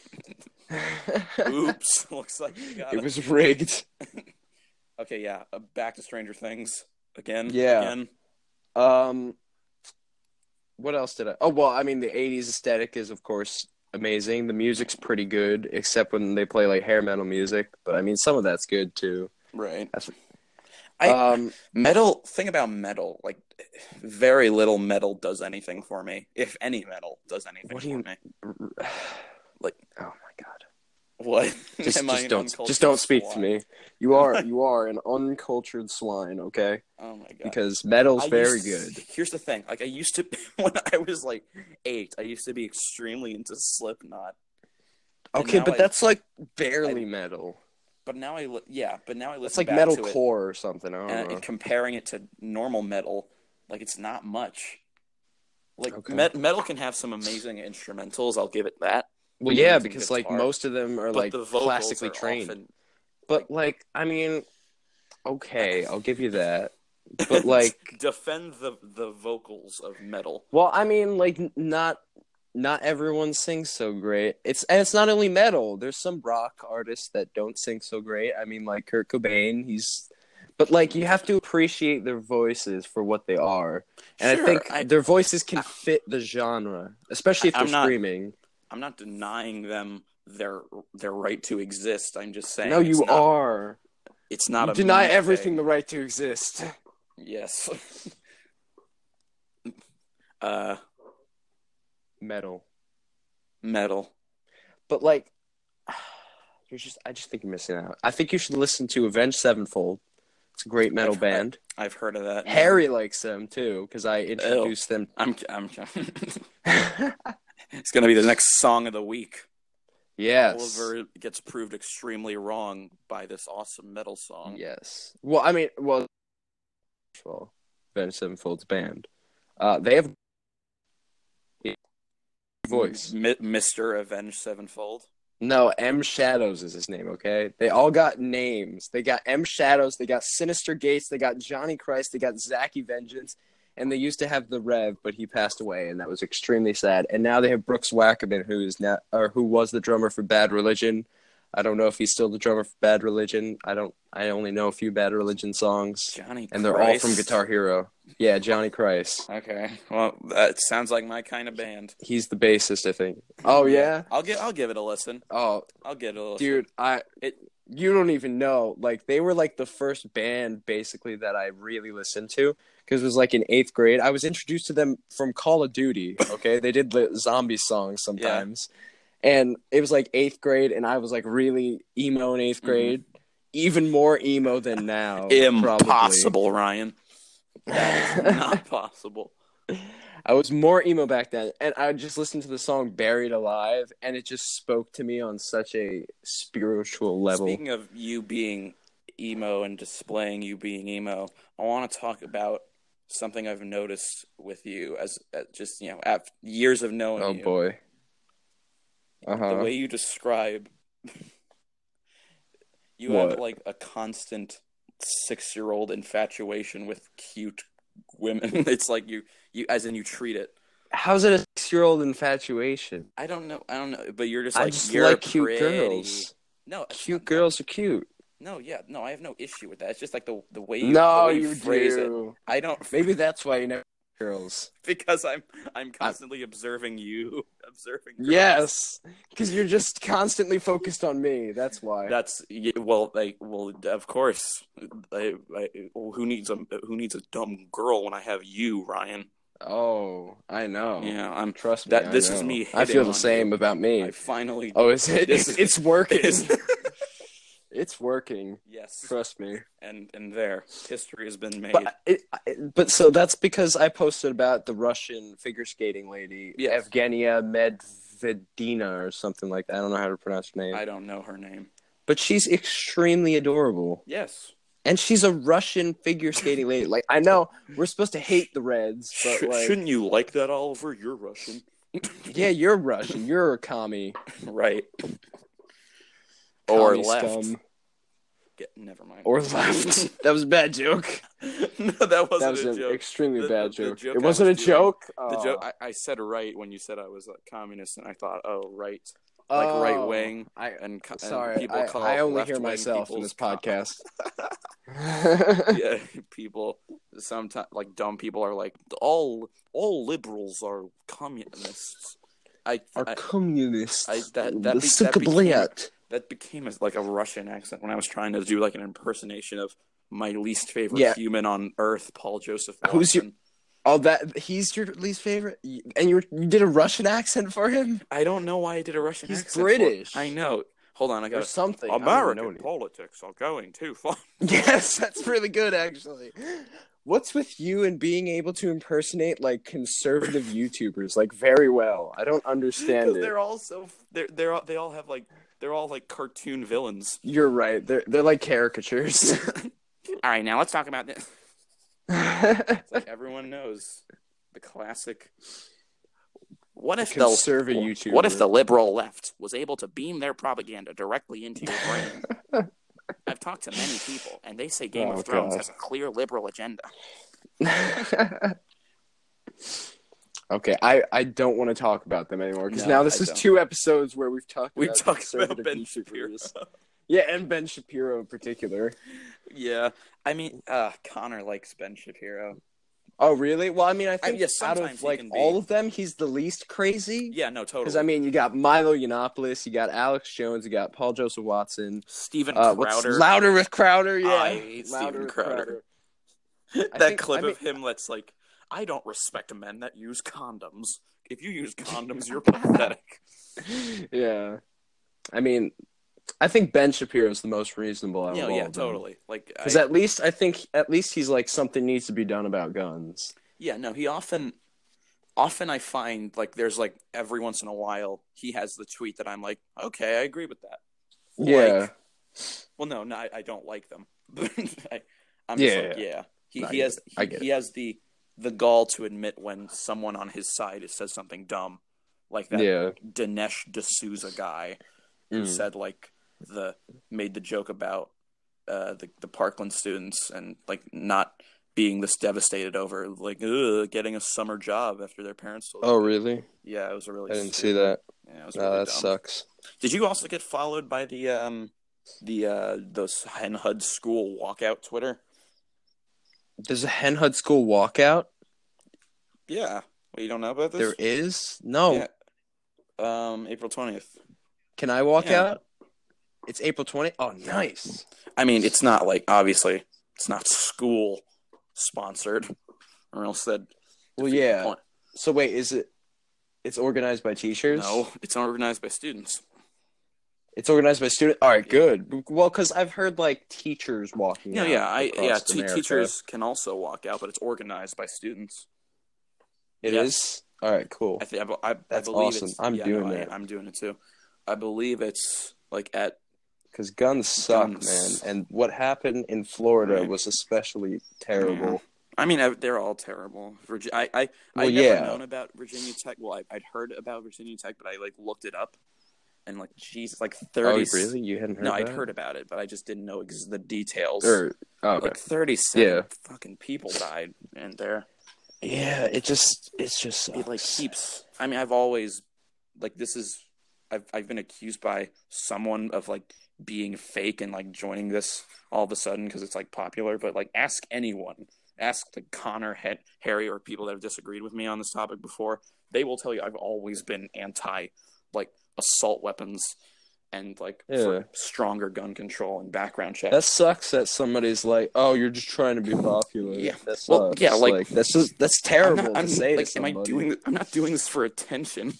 [SPEAKER 1] it
[SPEAKER 2] Oops, <laughs> looks like you got it.
[SPEAKER 1] was rigged.
[SPEAKER 2] Okay, yeah. uh, Back to Stranger Things again.
[SPEAKER 1] Yeah.
[SPEAKER 2] Again.
[SPEAKER 1] Um, what else did I? Oh well, I mean, the '80s aesthetic is of course amazing. The music's pretty good, except when they play like hair metal music. But I mean, some of that's good too.
[SPEAKER 2] Right.
[SPEAKER 1] That's-
[SPEAKER 2] I, <laughs>
[SPEAKER 1] um,
[SPEAKER 2] metal thing about metal like very little metal does anything for me if any metal does anything
[SPEAKER 1] What do
[SPEAKER 2] for
[SPEAKER 1] you-
[SPEAKER 2] me <laughs>
[SPEAKER 1] like, oh my god,
[SPEAKER 2] what
[SPEAKER 1] just
[SPEAKER 2] Am I
[SPEAKER 1] just
[SPEAKER 2] an
[SPEAKER 1] don't
[SPEAKER 2] uncultured
[SPEAKER 1] just don't speak to
[SPEAKER 2] swine?
[SPEAKER 1] me. You are
[SPEAKER 2] <laughs>
[SPEAKER 1] you are an uncultured swine, okay?
[SPEAKER 2] oh my god
[SPEAKER 1] Because metal's
[SPEAKER 2] I
[SPEAKER 1] very
[SPEAKER 2] used to-
[SPEAKER 1] good.
[SPEAKER 2] here's the thing like i used to <laughs> when i was like eight i used to be extremely into slipknot And
[SPEAKER 1] Okay,
[SPEAKER 2] now
[SPEAKER 1] but
[SPEAKER 2] I-
[SPEAKER 1] that's like barely metal.
[SPEAKER 2] but now i li- yeah but now i listen
[SPEAKER 1] It's like
[SPEAKER 2] back
[SPEAKER 1] metal
[SPEAKER 2] to it,
[SPEAKER 1] core or something. I don't
[SPEAKER 2] and,
[SPEAKER 1] know.
[SPEAKER 2] and uh, comparing it to normal metal, like it's not much. Like
[SPEAKER 1] Okay.
[SPEAKER 2] met, metal can have some amazing instrumentals, I'll give it that.
[SPEAKER 1] well, yeah,
[SPEAKER 2] some
[SPEAKER 1] because like
[SPEAKER 2] guitar.
[SPEAKER 1] most of them are
[SPEAKER 2] But
[SPEAKER 1] like
[SPEAKER 2] the vocals
[SPEAKER 1] classically
[SPEAKER 2] are
[SPEAKER 1] trained.
[SPEAKER 2] often-
[SPEAKER 1] But like, I mean, okay, I'll give you that.
[SPEAKER 2] <laughs>
[SPEAKER 1] But like,
[SPEAKER 2] defend the the vocals of metal.
[SPEAKER 1] well, I mean, like, n- not not everyone sings so great. It's and it's not only metal. There's some rock artists that don't sing so great. I mean, like Kurt Cobain, he's. But like, you have to appreciate their voices for what they are. And I
[SPEAKER 2] Sure,
[SPEAKER 1] think
[SPEAKER 2] I,
[SPEAKER 1] their voices can fit the genre, especially if
[SPEAKER 2] I-
[SPEAKER 1] they're
[SPEAKER 2] I'm not-
[SPEAKER 1] screaming.
[SPEAKER 2] am not denying them their their right to exist. I'm just saying
[SPEAKER 1] no,
[SPEAKER 2] it's
[SPEAKER 1] you
[SPEAKER 2] not-
[SPEAKER 1] are.
[SPEAKER 2] It's not
[SPEAKER 1] You
[SPEAKER 2] a
[SPEAKER 1] deny
[SPEAKER 2] me thing.
[SPEAKER 1] everything the right to exist.
[SPEAKER 2] Yes. <laughs> uh,
[SPEAKER 1] Metal.
[SPEAKER 2] metal.
[SPEAKER 1] But like <sighs> you're just I just think you're missing out. I think you should listen to Avenged Sevenfold. It's a great metal
[SPEAKER 2] I've heard-
[SPEAKER 1] band.
[SPEAKER 2] I've heard of that.
[SPEAKER 1] Harry likes them too, because I introduced them. <laughs>
[SPEAKER 2] I'm. I'm. <laughs> it's gonna be the next song of the week.
[SPEAKER 1] yes.
[SPEAKER 2] Oliver gets proved extremely wrong by this awesome metal song.
[SPEAKER 1] Yes. Well, I mean, well, well, Avenged Sevenfold's band. Uh, they have voice.
[SPEAKER 2] M- Mr. Avenged Sevenfold.
[SPEAKER 1] No, M Shadows is his name. Okay, they all got names. They got M Shadows. They got Sinister Gates. They got Johnny Christ. They got Zacky Vengeance. And they used to have the Rev, but he passed away, and that was extremely sad. And now they have Brooks Wackerman, who is now or who was the drummer for Bad Religion. I don't know if he's still the drummer for Bad Religion. I don't. I only know a few Bad Religion songs.
[SPEAKER 2] Johnny.
[SPEAKER 1] and they're
[SPEAKER 2] Christ.
[SPEAKER 1] all from Guitar Hero. Yeah, Johnny Christ.
[SPEAKER 2] Okay. Well, that sounds like my kind of band.
[SPEAKER 1] He's the bassist, I think. Oh yeah.
[SPEAKER 2] I'll give. I'll give it a listen.
[SPEAKER 1] Oh,
[SPEAKER 2] I'll give it a listen.
[SPEAKER 1] dude, I
[SPEAKER 2] It-
[SPEAKER 1] you don't even know. Like they were like the first band basically that I really listened to because it was like in 8th grade. I was introduced to them from Call of Duty, okay? they did the zombie songs sometimes. And it was like 8th grade and I was like really emo in 8th
[SPEAKER 2] Mm-hmm.
[SPEAKER 1] grade. Even more emo than now. <laughs>
[SPEAKER 2] Impossible, Ryan. That is
[SPEAKER 1] probably.
[SPEAKER 2] not possible.
[SPEAKER 1] I was more emo back then, and I just listened to the song "Buried Alive," and it just spoke to me on such a spiritual level.
[SPEAKER 2] Speaking of you being emo and displaying you being emo, I want to talk about something I've noticed with you as, as just you know, af years of knowing
[SPEAKER 1] oh
[SPEAKER 2] you.
[SPEAKER 1] boy! Uh
[SPEAKER 2] The
[SPEAKER 1] huh.
[SPEAKER 2] way you describe, <laughs> you have
[SPEAKER 1] What?
[SPEAKER 2] like a constant six-year-old infatuation with cute women. <laughs> it's like you, you as in you treat it.
[SPEAKER 1] How's it a six-year-old infatuation?
[SPEAKER 2] I don't know. I don't know. But you're just
[SPEAKER 1] I
[SPEAKER 2] like
[SPEAKER 1] just
[SPEAKER 2] you're
[SPEAKER 1] like cute
[SPEAKER 2] pretty.
[SPEAKER 1] girls.
[SPEAKER 2] No, it's
[SPEAKER 1] Cute
[SPEAKER 2] not-
[SPEAKER 1] girls are cute.
[SPEAKER 2] No, yeah, no, I have no issue with that. It's just like the the way you,
[SPEAKER 1] No,
[SPEAKER 2] the way
[SPEAKER 1] you,
[SPEAKER 2] phrase it.
[SPEAKER 1] do.
[SPEAKER 2] I don't <laughs>
[SPEAKER 1] Maybe that's why you never girls.
[SPEAKER 2] because I'm I'm constantly observing you, <laughs> observing. girls.
[SPEAKER 1] Yes, because you're just constantly focused on me. That's why.
[SPEAKER 2] that's yeah, well, like, well, of course. I, I, who needs a who needs a dumb girl when I have you, Ryan?
[SPEAKER 1] oh, I know.
[SPEAKER 2] Yeah, I'm.
[SPEAKER 1] Trust me.
[SPEAKER 2] That-
[SPEAKER 1] I
[SPEAKER 2] this is
[SPEAKER 1] know.
[SPEAKER 2] me
[SPEAKER 1] I
[SPEAKER 2] hitting
[SPEAKER 1] feel
[SPEAKER 2] on
[SPEAKER 1] the same about me.
[SPEAKER 2] I finally.
[SPEAKER 1] Oh, is it?
[SPEAKER 2] This is-
[SPEAKER 1] it's working. it's working.
[SPEAKER 2] <laughs> yes,
[SPEAKER 1] Trust me.
[SPEAKER 2] and and there, history has been made.
[SPEAKER 1] But it, it- but so that's because I posted about the Russian figure skating lady,
[SPEAKER 2] Yes.
[SPEAKER 1] Evgenia Medvedina or something like that. I don't know how to pronounce her name.
[SPEAKER 2] I don't know her name.
[SPEAKER 1] But she's extremely adorable.
[SPEAKER 2] Yes,
[SPEAKER 1] And she's a Russian figure skating lady. Like I know we're supposed to hate the Reds,
[SPEAKER 2] Sh-
[SPEAKER 1] but like
[SPEAKER 2] shouldn't you like that, Oliver? You're Russian,
[SPEAKER 1] yeah, you're Russian. You're a commie.
[SPEAKER 2] right? Or
[SPEAKER 1] commie
[SPEAKER 2] left.
[SPEAKER 1] scum.
[SPEAKER 2] Get, never mind.
[SPEAKER 1] Or left. <laughs> that was a bad joke.
[SPEAKER 2] <laughs> no, that wasn't
[SPEAKER 1] that was
[SPEAKER 2] a
[SPEAKER 1] an
[SPEAKER 2] joke.
[SPEAKER 1] extremely
[SPEAKER 2] The-
[SPEAKER 1] bad
[SPEAKER 2] the- the
[SPEAKER 1] joke.
[SPEAKER 2] joke
[SPEAKER 1] It
[SPEAKER 2] I
[SPEAKER 1] wasn't a
[SPEAKER 2] was doing-
[SPEAKER 1] joke.
[SPEAKER 2] The
[SPEAKER 1] Oh.
[SPEAKER 2] joke I, I said right when you said I was a communist, and I thought, oh, right, like right
[SPEAKER 1] Oh.
[SPEAKER 2] wing,
[SPEAKER 1] I
[SPEAKER 2] and, co- and
[SPEAKER 1] sorry,
[SPEAKER 2] people
[SPEAKER 1] I,
[SPEAKER 2] call
[SPEAKER 1] I only hear
[SPEAKER 2] left-wing
[SPEAKER 1] myself in
[SPEAKER 2] people's
[SPEAKER 1] this
[SPEAKER 2] com-
[SPEAKER 1] podcast.
[SPEAKER 2] <laughs> yeah, people sometimes like dumb people are like all all liberals are communists. I, I
[SPEAKER 1] communists?
[SPEAKER 2] I- that- that
[SPEAKER 1] the
[SPEAKER 2] be- that
[SPEAKER 1] Sukabliat.
[SPEAKER 2] that became as like a Russian accent when I was trying to do like an impersonation of my least favorite
[SPEAKER 1] Yeah.
[SPEAKER 2] human on earth, Paul Joseph.
[SPEAKER 1] <laughs>
[SPEAKER 2] Watson.
[SPEAKER 1] Who's your- Oh, that he's your least favorite, You- and you were, you did a Russian accent for him
[SPEAKER 2] I don't know why I did a Russian
[SPEAKER 1] He's
[SPEAKER 2] accent. for it.
[SPEAKER 1] British.
[SPEAKER 2] I know. Hold on, I
[SPEAKER 1] or
[SPEAKER 2] got
[SPEAKER 1] something. I don't even know
[SPEAKER 2] American
[SPEAKER 1] what
[SPEAKER 2] politics are going too far.
[SPEAKER 1] it- <laughs> Yes, that's really good, actually. What's with you and being able to impersonate like conservative <laughs> YouTubers like very well? I don't understand
[SPEAKER 2] Because
[SPEAKER 1] it.
[SPEAKER 2] they're all so they're they're all, they all have like they're all like cartoon villains.
[SPEAKER 1] You're right. They're they're like caricatures. <laughs>
[SPEAKER 2] All right, now let's talk about this.
[SPEAKER 1] Conservative
[SPEAKER 2] It's like everyone knows the classic. What if the
[SPEAKER 1] YouTuber.
[SPEAKER 2] what if the liberal left was able to beam their propaganda directly into your brain? I've talked to many people, and they say Game
[SPEAKER 1] Oh,
[SPEAKER 2] of Thrones
[SPEAKER 1] God.
[SPEAKER 2] has a clear liberal agenda.
[SPEAKER 1] okay, I, I don't want to talk about them anymore because
[SPEAKER 2] No,
[SPEAKER 1] now this
[SPEAKER 2] I
[SPEAKER 1] is
[SPEAKER 2] don't.
[SPEAKER 1] two episodes where we've talked.
[SPEAKER 2] We
[SPEAKER 1] about
[SPEAKER 2] talked about
[SPEAKER 1] conservative
[SPEAKER 2] Ben
[SPEAKER 1] YouTubers.
[SPEAKER 2] Shapiro.
[SPEAKER 1] Yeah, and Ben Shapiro in particular.
[SPEAKER 2] Yeah, I mean, uh, Connor likes Ben Shapiro.
[SPEAKER 1] Oh, really? Well, I mean, I think
[SPEAKER 2] yeah,
[SPEAKER 1] out
[SPEAKER 2] sometimes
[SPEAKER 1] of
[SPEAKER 2] he
[SPEAKER 1] like
[SPEAKER 2] can be-
[SPEAKER 1] all of them, he's the least crazy.
[SPEAKER 2] Yeah, no, totally.
[SPEAKER 1] Because I mean, you got Milo Yiannopoulos, you got Alex Jones, you got Paul Joseph Watson.
[SPEAKER 2] Steven
[SPEAKER 1] Uh, what's
[SPEAKER 2] Crowder.
[SPEAKER 1] louder with Crowder? Yeah,
[SPEAKER 2] I hate
[SPEAKER 1] Louder
[SPEAKER 2] Steven
[SPEAKER 1] with
[SPEAKER 2] Crowder.
[SPEAKER 1] I
[SPEAKER 2] that
[SPEAKER 1] think-
[SPEAKER 2] clip
[SPEAKER 1] I mean-
[SPEAKER 2] of him that's like, I don't respect men that use condoms. If
[SPEAKER 1] <laughs>
[SPEAKER 2] you use condoms, you're pathetic.
[SPEAKER 1] yeah, I mean, I think Ben Shapiro's the most reasonable. Out
[SPEAKER 2] Yeah,
[SPEAKER 1] of all
[SPEAKER 2] yeah, totally. Like, I,
[SPEAKER 1] Because at least I think at least he's like something needs to be done about guns.
[SPEAKER 2] yeah, no, he often, often I find like there's like every once in a while he has the tweet that I'm like, okay, I agree with that. Like,
[SPEAKER 1] yeah,
[SPEAKER 2] Well, no, no, I, I don't like them. <laughs> I, I'm
[SPEAKER 1] Yeah,
[SPEAKER 2] just like, yeah. He,
[SPEAKER 1] No, I
[SPEAKER 2] he
[SPEAKER 1] get
[SPEAKER 2] has
[SPEAKER 1] it. I
[SPEAKER 2] he,
[SPEAKER 1] get
[SPEAKER 2] he has the the gall to admit when someone on his side has says something dumb, like that
[SPEAKER 1] yeah.
[SPEAKER 2] Dinesh D'Souza guy who
[SPEAKER 1] Mm.
[SPEAKER 2] said like the made the joke about uh, the the Parkland students and like not being this devastated over like ugh, getting a summer job after their parents. Told
[SPEAKER 1] Oh,
[SPEAKER 2] them.
[SPEAKER 1] really?
[SPEAKER 2] yeah, it was a really.
[SPEAKER 1] I didn't see
[SPEAKER 2] stupid-
[SPEAKER 1] that.
[SPEAKER 2] Yeah, it was
[SPEAKER 1] No,
[SPEAKER 2] really
[SPEAKER 1] that
[SPEAKER 2] dumb.
[SPEAKER 1] sucks.
[SPEAKER 2] Did you also get followed by the um the uh those Hen Hud school walkout Twitter?
[SPEAKER 1] There's a Hen Hud School walkout.
[SPEAKER 2] Yeah. Well, you don't know about
[SPEAKER 1] There
[SPEAKER 2] this?
[SPEAKER 1] is no.
[SPEAKER 2] Yeah. Um, April twentieth.
[SPEAKER 1] Can I walk
[SPEAKER 2] Yeah.
[SPEAKER 1] out? It's April 20th. Oh, nice.
[SPEAKER 2] I mean, it's not like obviously it's not school sponsored, <laughs> or else that.
[SPEAKER 1] Well, yeah. So wait, is it? It's organized by teachers.
[SPEAKER 2] No, it's organized by students.
[SPEAKER 1] it's organized by student. All right,
[SPEAKER 2] Yeah.
[SPEAKER 1] good. Well, because I've heard like teachers walking.
[SPEAKER 2] No,
[SPEAKER 1] out
[SPEAKER 2] yeah, I yeah,
[SPEAKER 1] across
[SPEAKER 2] t-
[SPEAKER 1] America.
[SPEAKER 2] teachers can also walk out, but it's organized by students.
[SPEAKER 1] It is.
[SPEAKER 2] yeah.
[SPEAKER 1] All right, cool.
[SPEAKER 2] I think I, I,
[SPEAKER 1] That's
[SPEAKER 2] believe
[SPEAKER 1] awesome.
[SPEAKER 2] it's-
[SPEAKER 1] I'm
[SPEAKER 2] yeah,
[SPEAKER 1] doing
[SPEAKER 2] no, I-
[SPEAKER 1] that.
[SPEAKER 2] I'm doing it too. I believe it's like at
[SPEAKER 1] Because guns suck,
[SPEAKER 2] Guns.
[SPEAKER 1] man. And what happened in Florida
[SPEAKER 2] Right.
[SPEAKER 1] was especially terrible.
[SPEAKER 2] I mean, I, they're all terrible. Virgi- I, I,
[SPEAKER 1] Well,
[SPEAKER 2] I never
[SPEAKER 1] yeah.
[SPEAKER 2] known about Virginia Tech. Well, I, I'd heard about Virginia Tech, but I like looked it up, and like Jesus, like
[SPEAKER 1] Oh,
[SPEAKER 2] thirty.
[SPEAKER 1] really? You hadn't heard?
[SPEAKER 2] No,
[SPEAKER 1] that?
[SPEAKER 2] I'd heard about it, but I just didn't know ex- the details.
[SPEAKER 1] Or, oh, okay.
[SPEAKER 2] Like thirty-seven
[SPEAKER 1] Yeah.
[SPEAKER 2] fucking people died in there.
[SPEAKER 1] yeah, it just it's just sucks.
[SPEAKER 2] It like keeps. I mean, I've always like this is. I've I've been accused by someone of like being fake and like joining this all of a sudden because it's like popular. But like, ask anyone. Ask like Connor, He- Harry, or people that have disagreed with me on this topic before. They will tell you I've always been anti like assault weapons and like
[SPEAKER 1] Yeah.
[SPEAKER 2] for stronger gun control and background checks.
[SPEAKER 1] That sucks that somebody's like, "Oh, you're just trying to be popular."
[SPEAKER 2] Yeah.
[SPEAKER 1] That
[SPEAKER 2] Well,
[SPEAKER 1] sucks.
[SPEAKER 2] yeah, like-
[SPEAKER 1] that's just that's
[SPEAKER 2] I'm
[SPEAKER 1] terrible
[SPEAKER 2] not, I'm,
[SPEAKER 1] to say
[SPEAKER 2] like,
[SPEAKER 1] to
[SPEAKER 2] am I
[SPEAKER 1] somebody.
[SPEAKER 2] doing? I'm not doing this for attention.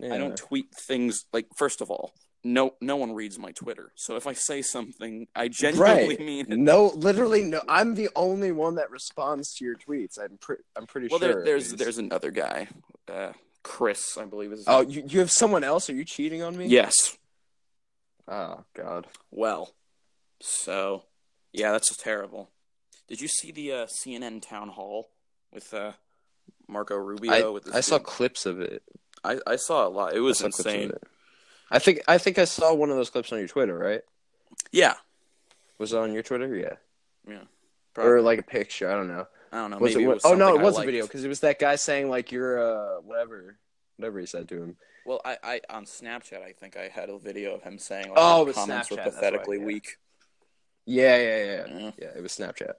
[SPEAKER 1] Yeah.
[SPEAKER 2] I don't tweet things like first of all, no no one reads my Twitter. So if I say something, I genuinely
[SPEAKER 1] Right.
[SPEAKER 2] mean it.
[SPEAKER 1] No, literally, no. I'm the only one that responds to your tweets. I'm pre- I'm pretty
[SPEAKER 2] Well,
[SPEAKER 1] sure.
[SPEAKER 2] there,
[SPEAKER 1] at
[SPEAKER 2] there's
[SPEAKER 1] least.
[SPEAKER 2] there's another guy, uh, Chris, I believe is. his
[SPEAKER 1] Oh,
[SPEAKER 2] name.
[SPEAKER 1] you you have someone else? Are you cheating on me?
[SPEAKER 2] yes.
[SPEAKER 1] Oh God.
[SPEAKER 2] Well, so yeah, that's terrible. Did you see the uh, CNN town hall with uh, Marco Rubio? with this
[SPEAKER 1] I saw
[SPEAKER 2] dude?
[SPEAKER 1] clips of it.
[SPEAKER 2] I, I saw a lot. It was
[SPEAKER 1] I saw clips of
[SPEAKER 2] insane.
[SPEAKER 1] it. I think I think I saw one of those clips on your Twitter. Right?
[SPEAKER 2] Yeah.
[SPEAKER 1] Was it on your Twitter? Yeah.
[SPEAKER 2] Yeah.
[SPEAKER 1] Or like a picture? I don't know.
[SPEAKER 2] I don't know.
[SPEAKER 1] was
[SPEAKER 2] maybe
[SPEAKER 1] it,
[SPEAKER 2] it
[SPEAKER 1] one-
[SPEAKER 2] was
[SPEAKER 1] oh no,
[SPEAKER 2] something
[SPEAKER 1] it
[SPEAKER 2] I
[SPEAKER 1] was a
[SPEAKER 2] liked.
[SPEAKER 1] video because it was that guy saying like you're uh whatever whatever he said to him.
[SPEAKER 2] Well, I, I on Snapchat, I think I had a video of him saying, like,
[SPEAKER 1] Oh,
[SPEAKER 2] "Our
[SPEAKER 1] it was
[SPEAKER 2] comments
[SPEAKER 1] Snapchat,
[SPEAKER 2] were
[SPEAKER 1] that's
[SPEAKER 2] pathetically
[SPEAKER 1] right, yeah.
[SPEAKER 2] weak."
[SPEAKER 1] Yeah, yeah, yeah, yeah.
[SPEAKER 2] Yeah.
[SPEAKER 1] Yeah, it was Snapchat.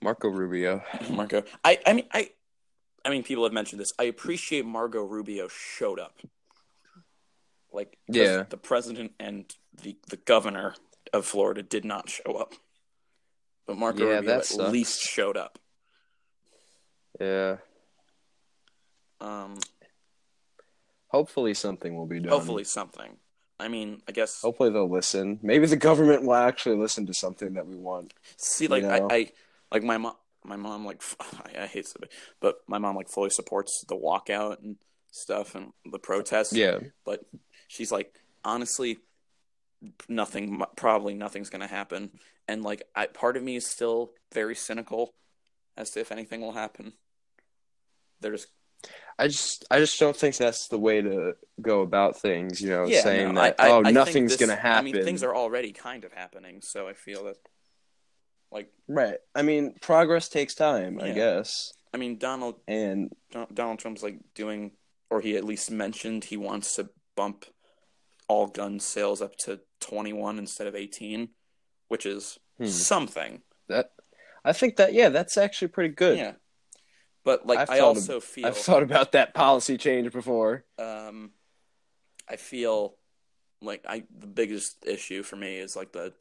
[SPEAKER 1] Marco Rubio.
[SPEAKER 2] Marco, I, I mean, I, I mean, people have mentioned this. I appreciate Margot Rubio showed up, like, 'cause
[SPEAKER 1] Yeah.
[SPEAKER 2] the president and the the governor of Florida did not show up, but Marco
[SPEAKER 1] Yeah,
[SPEAKER 2] Rubio
[SPEAKER 1] that
[SPEAKER 2] at
[SPEAKER 1] sucks.
[SPEAKER 2] least showed up.
[SPEAKER 1] Yeah.
[SPEAKER 2] Um,
[SPEAKER 1] Hopefully something will be done.
[SPEAKER 2] hopefully something. I mean, I guess.
[SPEAKER 1] Hopefully they'll listen. Maybe the government will actually listen to something that we want.
[SPEAKER 2] See, like
[SPEAKER 1] You know?
[SPEAKER 2] I, I, like my mom, my mom, like f- <laughs> I, I hate this, but my mom like fully supports the walkout and stuff and the protests.
[SPEAKER 1] Yeah.
[SPEAKER 2] but she's like, honestly, nothing, probably nothing's gonna happen. And like, I, part of me is still very cynical as to if anything will happen. They're just
[SPEAKER 1] I just I just don't think that's the way to go about things, you know, saying
[SPEAKER 2] no,
[SPEAKER 1] that
[SPEAKER 2] I- I-
[SPEAKER 1] oh
[SPEAKER 2] I think
[SPEAKER 1] nothing's
[SPEAKER 2] this-
[SPEAKER 1] gonna happen.
[SPEAKER 2] I mean, things are already kind of happening, so I feel that, like,
[SPEAKER 1] Right. I mean progress takes time, I
[SPEAKER 2] Yeah.
[SPEAKER 1] guess.
[SPEAKER 2] I mean, Donald
[SPEAKER 1] And
[SPEAKER 2] Don- Donald Trump's like doing, or he at least mentioned he wants to bump all gun sales up to 21 instead of 18, which is
[SPEAKER 1] hmm,
[SPEAKER 2] something.
[SPEAKER 1] that I I think that yeah, that's actually pretty good.
[SPEAKER 2] Yeah. But like
[SPEAKER 1] I've
[SPEAKER 2] i
[SPEAKER 1] thought of-
[SPEAKER 2] also feel
[SPEAKER 1] I've thought about that policy change before.
[SPEAKER 2] um I feel like I the biggest issue for me is like the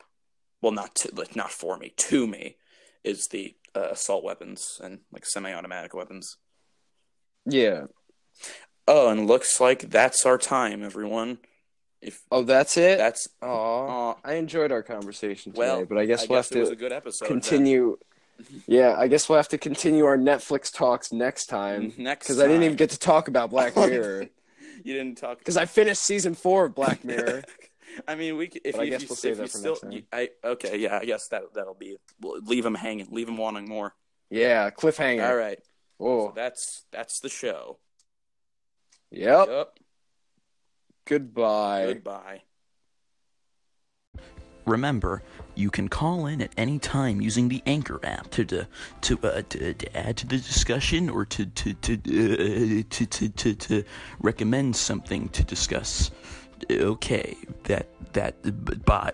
[SPEAKER 2] well not to like not for me, to me is the uh, assault weapons and like semi-automatic weapons.
[SPEAKER 1] Yeah.
[SPEAKER 2] Oh, and looks like that's our time, everyone. If
[SPEAKER 1] Oh, that's it.
[SPEAKER 2] that's
[SPEAKER 1] Aw.
[SPEAKER 2] uh,
[SPEAKER 1] I enjoyed our conversation today,
[SPEAKER 2] Well,
[SPEAKER 1] but I guess
[SPEAKER 2] I
[SPEAKER 1] we'll
[SPEAKER 2] guess it
[SPEAKER 1] have
[SPEAKER 2] was
[SPEAKER 1] to
[SPEAKER 2] a good Mm-hmm. episode. then.
[SPEAKER 1] continue. Yeah, I guess we'll have to continue our Netflix talks next time
[SPEAKER 2] <laughs>
[SPEAKER 1] <laughs>
[SPEAKER 2] next
[SPEAKER 1] because I didn't
[SPEAKER 2] time.
[SPEAKER 1] even get to talk about
[SPEAKER 2] <laughs>
[SPEAKER 1] Black Mirror
[SPEAKER 2] you didn't talk <laughs>
[SPEAKER 1] because I finished season four of Black <laughs> Mirror.
[SPEAKER 2] I mean, we c- if
[SPEAKER 1] But I
[SPEAKER 2] you,
[SPEAKER 1] guess
[SPEAKER 2] if
[SPEAKER 1] we'll
[SPEAKER 2] you,
[SPEAKER 1] save
[SPEAKER 2] if
[SPEAKER 1] that
[SPEAKER 2] you
[SPEAKER 1] for
[SPEAKER 2] still,
[SPEAKER 1] next time.
[SPEAKER 2] you, I okay, yeah, I guess that that'll be we'll leave them hanging, leave them wanting more.
[SPEAKER 1] yeah, cliffhanger.
[SPEAKER 2] All right,
[SPEAKER 1] Oh,
[SPEAKER 2] so that's that's the show.
[SPEAKER 1] yep.
[SPEAKER 2] Yep.
[SPEAKER 1] Goodbye.
[SPEAKER 2] Goodbye.
[SPEAKER 3] Remember, you can call in at any time using the Anchor app to to to, uh, to, to add to the discussion or to to to uh, to, to, to to recommend something to discuss. Okay, that that b- bye.